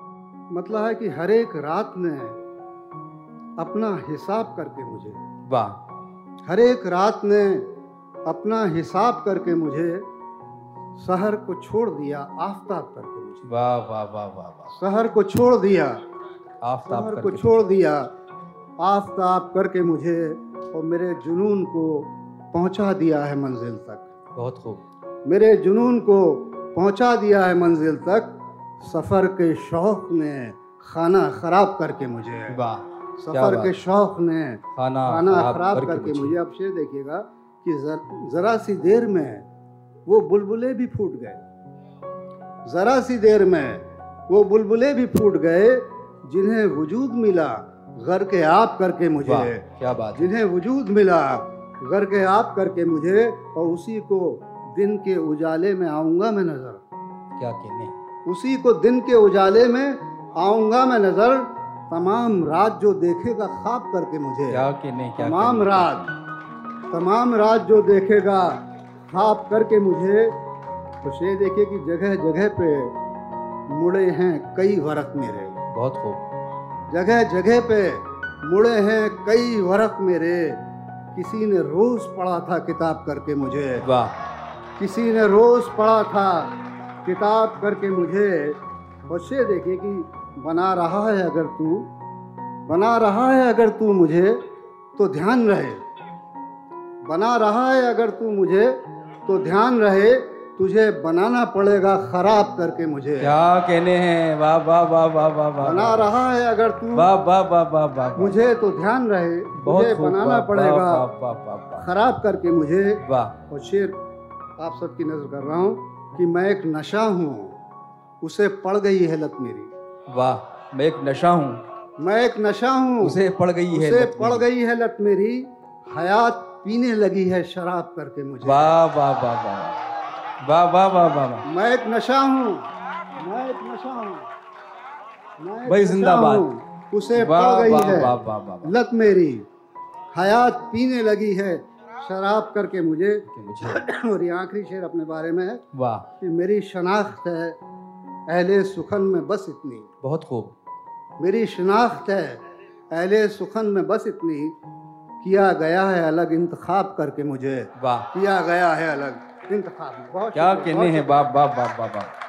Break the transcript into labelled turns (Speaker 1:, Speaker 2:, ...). Speaker 1: मतलब है कि हर एक रात ने अपना हिसाब करके मुझे
Speaker 2: वाह
Speaker 1: हर एक रात ने अपना हिसाब करके मुझे शहर को छोड़ दिया आफताब करके मुझे
Speaker 2: वाह वाह वाह वाह वाह
Speaker 1: शहर को छोड़ दिया
Speaker 2: आफताब
Speaker 1: शहर को
Speaker 2: करके
Speaker 1: छोड़ दिया आफताब करके मुझे और मेरे जुनून को पहुंचा दिया है मंजिल तक
Speaker 2: बहुत खूब
Speaker 1: मेरे जुनून को पहुंचा दिया है मंजिल तक सफ़र के शौक ने खाना ख़राब करके मुझे
Speaker 2: वाह क्या
Speaker 1: सफ़र
Speaker 2: बात हाँ,
Speaker 1: के शौक ने
Speaker 2: खाना
Speaker 1: खाना
Speaker 2: खराब
Speaker 1: करके
Speaker 2: मुझे-
Speaker 1: मुझे अब शेर देखिएगा कि जर- जरा सी देर में वो बुलबुले भी फूट गए जरा सी देर में वो बुलबुले भी फूट गए जिन्हें वजूद मिला घर के आप करके मुझे
Speaker 2: वाह क्या बात है
Speaker 1: जिन्हें वजूद मिला घर के आप करके मुझे और उसी को दिन के उजाले में आऊंगा मैं नजर
Speaker 2: क्या कहने
Speaker 1: उसी को दिन के उजाले में आऊंगा मैं नजर तमाम रात जो देखेगा ख्वाब करके मुझे
Speaker 2: क्या कहने क्या
Speaker 1: तमाम
Speaker 2: कहने?
Speaker 1: रात तमाम रात जो देखेगा खाप करके मुझे तो ये देखिए कि जगह जगह पे मुड़े हैं कई वरक मेरे
Speaker 2: बहुत खूब
Speaker 1: जगह जगह पे मुड़े हैं कई वरक मेरे किसी ने रोज पढ़ा था किताब करके मुझे
Speaker 2: वाह
Speaker 1: किसी ने रोज पढ़ा था किताब करके मुझे और से देखिए कि बना रहा है अगर तू बना रहा है अगर तू मुझे तो ध्यान रहे बना रहा है अगर तू मुझे तो ध्यान रहे तुझे बनाना पड़ेगा खराब करके मुझे
Speaker 2: क्या कहने हैं वाह वाह वाह वाह वाह वाह
Speaker 1: बना
Speaker 2: वाह
Speaker 1: रहा है अगर तू
Speaker 2: वाह वाह वाह वाह वाह
Speaker 1: मुझे तो ध्यान रहे
Speaker 2: बहुत
Speaker 1: तुझे
Speaker 2: खूब,
Speaker 1: बनाना
Speaker 2: वाह, वाह,
Speaker 1: पड़ेगा
Speaker 2: वाह वाह वाह वाह
Speaker 1: खराब करके मुझे
Speaker 2: वाह
Speaker 1: और शेर आप सबकी नजर कर रहा हूँ कि मैं एक नशा हूँ उसे पड़ गई है लत मेरी
Speaker 2: वाह मैं एक नशा हूँ
Speaker 1: मैं एक नशा हूँ
Speaker 2: उसे पड़ गई है
Speaker 1: उसे
Speaker 2: लत
Speaker 1: पड़
Speaker 2: मेरी।
Speaker 1: गई है लत मेरी हयात पीने लगी है शराब करके मुझे
Speaker 2: वाह वाह वाह वाह वाह वाह वाह वाह वाह
Speaker 1: मैं एक नशा हूँ मैं एक नशा हूँ मैं एक
Speaker 2: भाई
Speaker 1: नशा
Speaker 2: जिंदाबाद।
Speaker 1: हूँ, उसे
Speaker 2: वाह
Speaker 1: पड़ गई
Speaker 2: वाह
Speaker 1: है
Speaker 2: वाह वाह वाह वाह
Speaker 1: लत मेरी हयात पीने लगी है शराब करके मुझे
Speaker 2: कि मुझे
Speaker 1: और ये आखिरी शेर अपने बारे में है
Speaker 2: वाह
Speaker 1: कि मेरी शनाख्त है अहले सुखन में बस इतनी
Speaker 2: बहुत खूब
Speaker 1: मेरी शनाख्त है अहले सुखन में बस इतनी किया गया है अलग इंतखाब करके मुझे
Speaker 2: वाह
Speaker 1: किया गया है अलग इंतखाब बहुत
Speaker 2: क्या
Speaker 1: शुक्रिया,
Speaker 2: कहने
Speaker 1: बहुत
Speaker 2: हैं वाह वाह वाह वाह वाह